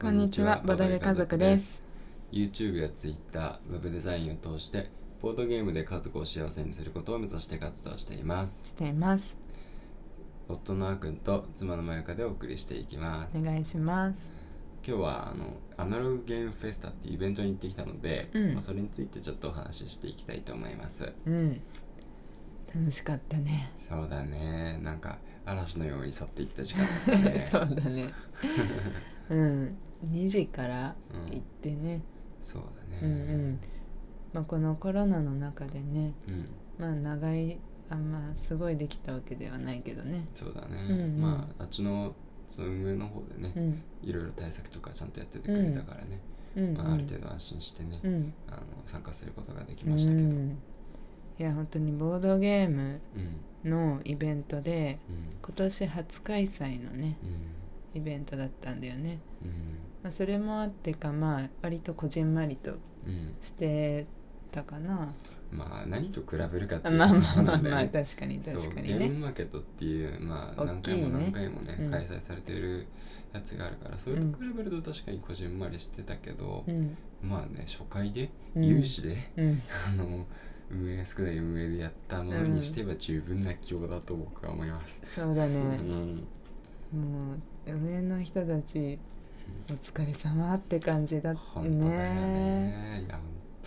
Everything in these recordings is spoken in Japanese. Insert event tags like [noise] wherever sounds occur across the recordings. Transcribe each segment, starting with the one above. こんにちは、ボドゲ家族です。 YouTube や Twitter、ウェブデザインを通してボードゲームで家族を幸せにすることを目指して活動していますしています。夫のあーくんと妻のまゆかでお送りしていきますお願いします。今日はあのアナログゲームフェスタっていうイベントに行ってきたので、うんまあ、それについてちょっとお話ししていきたいと思いますうん。楽しかったね。そうだねなんか嵐のように去っていった時間だったね [laughs] そう [laughs] だね。うん。2時からうん行ってね。そうだねうんうん。まあこのコロナの中でね、うんまあ長いあんますごいできたわけではないけどね。そうだね、うんうんまああっちのその運営の方でね、うん。いろいろ対策とかちゃんとやっててくれたからね、うん、うん。まあ、ある程度安心してね、うん。あの参加することができましたけどううんんいや本当にボードゲームうんのイベントでうん今年初開催のねうんイベントだったんだよね、うんまあ、それもあってかまあ割とこじんまりとうんしてたかなまあ何と比べるかってあいうまあまあまあところまなあんだよね確かにそう確ゲかにーねムマーケットっていう、まあ、大何きい回ねも何回もねうん開催されているやつがあるから、それと比べると確かにこじんまりしてたけどう、んまあね初回で、うん有志でうんあの運営少ない運営でやったものにしては十分な規模だと僕は思います、そうだうねんもう上の人たちお疲れ様って感じだっ本て当だよねねいや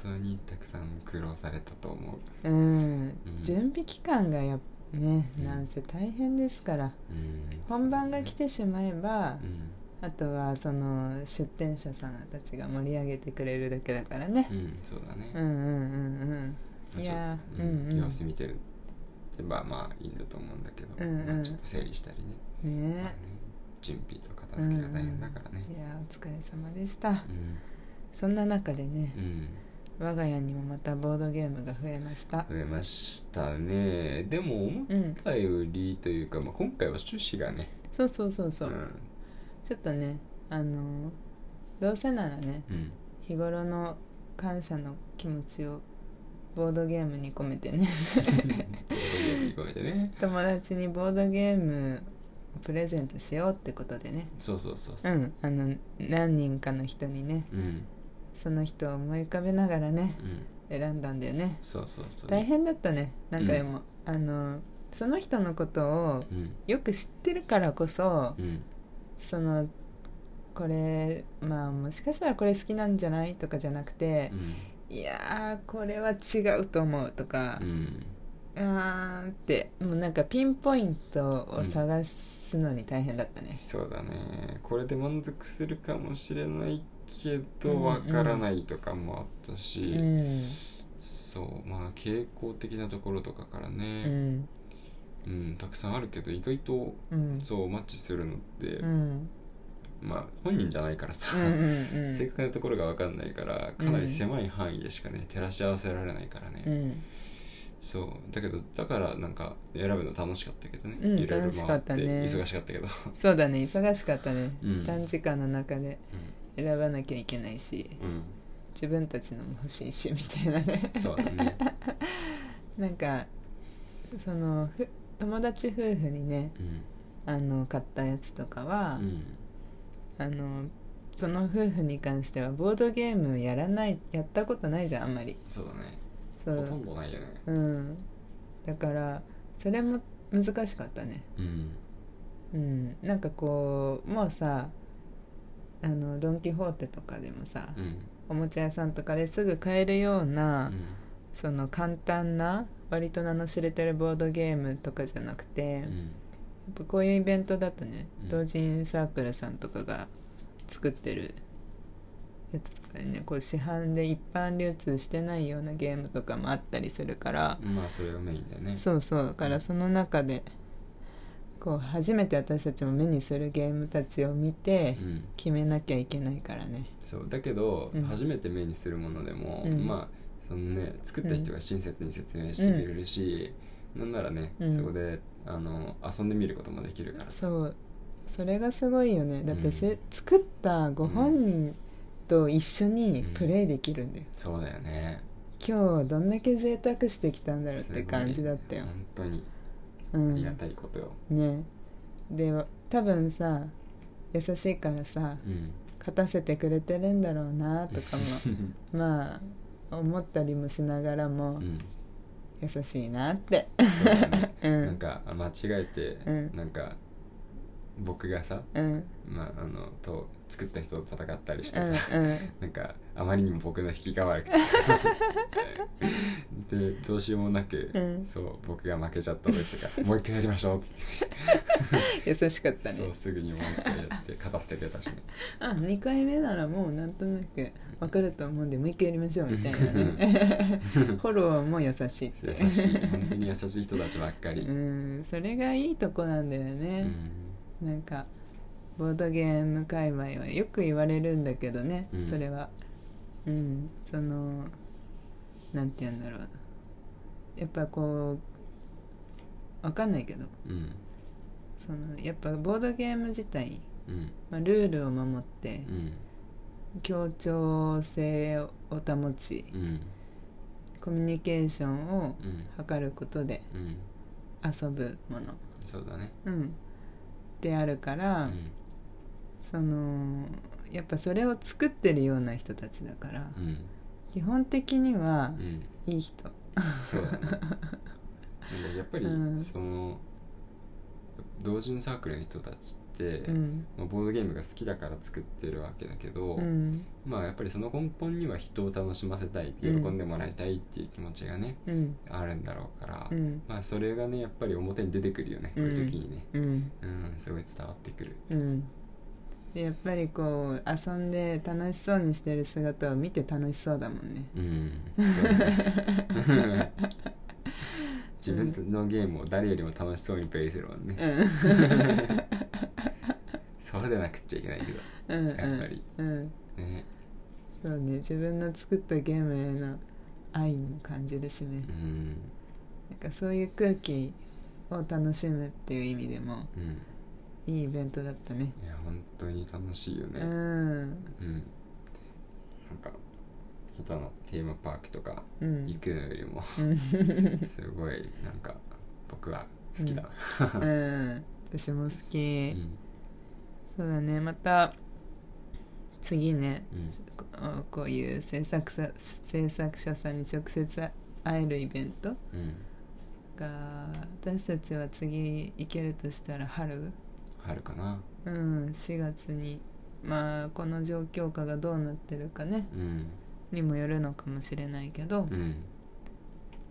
本当にたくさん苦労されたと思う、うんうん準備期間がやっねうんなんせ大変ですからうん本番が来てしまえばう、んあとはその出店者さんたちが盛り上げてくれるだけだからねう、んそうだね、うん、うんうんうんいやまあちょっーとうんうん様子見てるってばまあいいんだと思うんだけど、うんうんまあ、ちょっと整理したりね,、うんまあねね準備と片付けが大変だからねいやーお疲れ様でしたうん、そんな中でねうん我が家にもまたボードゲームが増えました増えましたねでも思っうんたよりというか、まあ、今回は趣旨がねそうそうそうそう、んちょっとねあのーどうせならね [laughs] うん、日頃の感謝の気持ちをボードゲームに込め [laughs] てねごめんね友達にボードゲームをプレゼントしようってことでねそうそうそううそう、ん、あの何人かの人にねうんその人を思い浮かべながらねうん、選んだんだよねそうそうそう大変だったねなんかでも、あのその人のことをうんよく知ってるからこそうんそのこれまあもしかしたらこれ好きなんじゃないとかじゃなくてう、んいやーこれは違うと思うとかう、んあーってもうなんかピンポイントを探すのに大変だったね、そうだねこれで満足するかもしれないけうんうどんわからないとかもあったうし、んそうまあ傾向的なところとかからうね、んうんたくさんあるけど意外とうんそうマッチするのって、うんまあ本人じゃないからさ、うんうん [laughs] うん正確なところがわかんないからかなり狭い範囲でしかね照らし合わせられないからね、うんそうだけどだからなんか選ぶの楽しかったけどね、うんいろいろ楽しか回っってたね忙しかったけどそうだね忙しかったね、うん短時間の中でう選ばなきゃいけないし [laughs] ん、自分たちのも欲しいしみたいなねうん、そうだね [laughs] なんかそのふ友達夫婦にねうんあの買ったやつとかは、うんあのその夫婦に関してはボードゲームやらないやったことないじゃんあんまりそうだねそほとんう、どないよねうん、だからそれも難しかったねうんうんなんかこうもうさあのドン・キホーテとかでもさ、うんおもちゃ屋さんとかですぐ買えるような、うんその簡単な割と名の知れてるボードゲームとかじゃなくうて、やっんぱこういうイベントだとね、うん同人サークルさんとかが作ってるやつとかでねこう市販で一般流通してないようなゲームとかもあったりするから、まあそれがメインだよねそうそうだからその中でこう初めて私たちも目にするゲームたちを見てうん決めなきゃいけないからね。そうだけど、うん初めて目にするものでも、うんまあそのね作った人が親切に説明してくれるし、なんならね、うんそこであの遊んでみることもできるからさそうそれがすごいよねだってせ、うん作ったご本人と一緒にうんプレイできるんだよ、そうだよね今日どんだけ贅沢してきたんだろうって感じだったよす、ごい本う当んにありがたいことよ、ねで多分さ優しいからさうん「勝たせてくれてるんだろうなとかもまあ思ったりもしながら [laughs] も [laughs] うん優しいなってそうだね [laughs] うんなんかあ間違えて、うんなんか僕がさ、うんまあ、あのと作った人と戦ったりしてうさ、んうんなんかあまりにも僕の引きが悪くて [laughs] さでどうしようもなく、うんそう僕が負けちゃった時と [laughs] かもう一回やりましょうっつって優しかったそうねすぐにもう一回やって勝たせてくれたしねあ2回目ならもうなんとなく分かると思うんでもう一回やりましょうみたいな [laughs] ねフォローも優しいって優しい本当に優しい人たちばっかり、うんそれがいいとこなんだようね、んなんかボードゲーム界隈はよく言われるんだけどね、うんそれはうんそのなんて言うんだろうなやっぱこうわかんないけどうんそのやっぱボードゲーム自体、うんまあ、ルールを守ってうん協調性を保ちうんコミュニケーションをうん図ることでうん遊ぶもの、そうだねうん、であるかうら、んそのやっぱそれを作ってるような人たちだから、うん基本的にはうんいい人そうだねなんかやっぱり、うんその同人サークルの人たちって、うんまあボードゲームが好きだから作ってるわけだけど、うんまあやっぱりその根本には人を楽しませたい喜うんんでもらいたいっていう気持ちがね、うんあるんだろうから、うんまあそれがねやっぱり表に出てくるよねこういう時にねうんうんすごい伝わってくるうんでやっぱりこう遊んで楽しそうにしてる姿を見て楽しそうだもんね [laughs] うんそうだね [laughs] 自分のゲームを誰よりも楽しそうにプレイするもんね、 [laughs] そうでなくっちゃいけないけどうんうんやっぱりうんねそうね自分の作ったゲームへの愛も感じるしねうんなんかそういう空気を楽しむっていう意味でもうんいいイベントだったねいや本当に楽しいよね、うんうん、なんか下手なテーマパークとかうん行くのよりもすごいなんか僕は好きだな、 [laughs] うん私も好うき、んそうだねまた次ね、うんここういう制作者制作者さんに直接会えるイベントうん、が私たちは次行けるとしたら春、春かなうん、4月にまあこの状況下がどうなってるかねうんにもよるのかもしれないけど、うんうん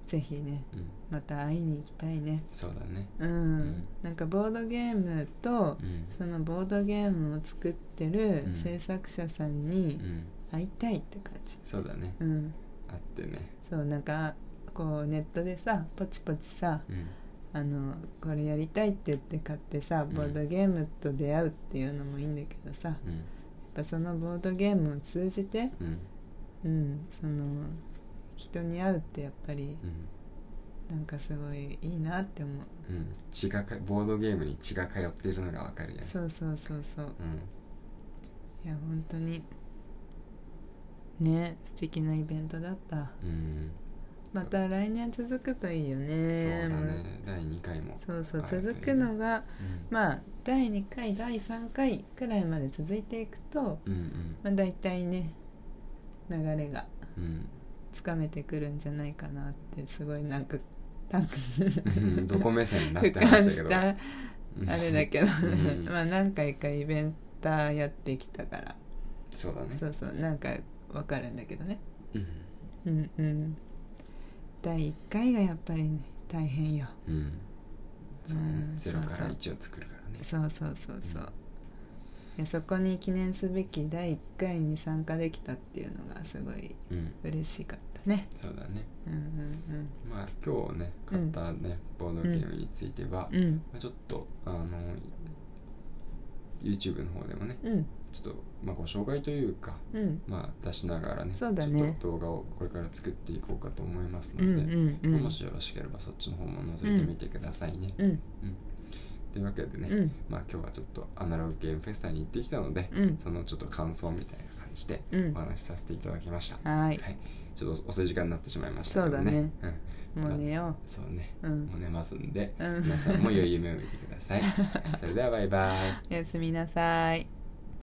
ぜひねまた会いに行きたいねそうだねうん、んなんかボードゲームとうんそのボードゲームを作ってるうん制作者さんうにん会いたいって感じそうだねうんあってねそうなんかこうネットでさポチポチさうんあのこれやりたいって言って買ってさんボードゲームと出会うっていうのもいいんだけどさやっうんぱそのボードゲームを通じてうんうんその人に会うってやっぱりうんなんかすごいいいなって思ううん血がかボードゲームに血が通っているのがわかるよねそうそうそうそううんいや本当にね素敵なイベントだったうんまた来年続くといいよそうだねね第2回もそうそうあるといいね続くのがうんまあ第2回第3回くらいまで続いていくと、うんまあ、大体ね流れがうんうんつかめてくるんじゃないかなってすごいなんか多うんどこ目線になっ俯てま瞰ししたけたどあれだけど、うん [laughs] まあ何回かイベンターやってきたからそうだねそうそうなんかわかるんだけどねうんうんうん第1回がやっぱりね大変ようんそううんゼロかそうらそう一を作るからねそうそうそうそう、うんいやそこに記念すべき第1回に参加できたっていうのがすごいうん嬉しかったねそうだねうんうんまあ今日ね買ったねボードゲームについてはうんうんまあちょっとあの YouTube の方でもねうんちょっとまあご紹介というかうんまあ出しながらねちそょうっだとね動画をこれから作っていこうかと思いますうんうんのでうんもしよろしければそっちの方も覗いてみてくださいねうんというわけでねうんまあ今日はちょっとアナログゲームフェスタに行ってきたのでうんそのちょっと感想みたいな感じでうんお話しさせていただきましたはーいちょっと遅い時間になってしまいましたけどそううん、もう寝よそうねううんもう寝ますんでうん [laughs] 皆さんも良い夢を見てくださいそれではバイバイおやすみなさい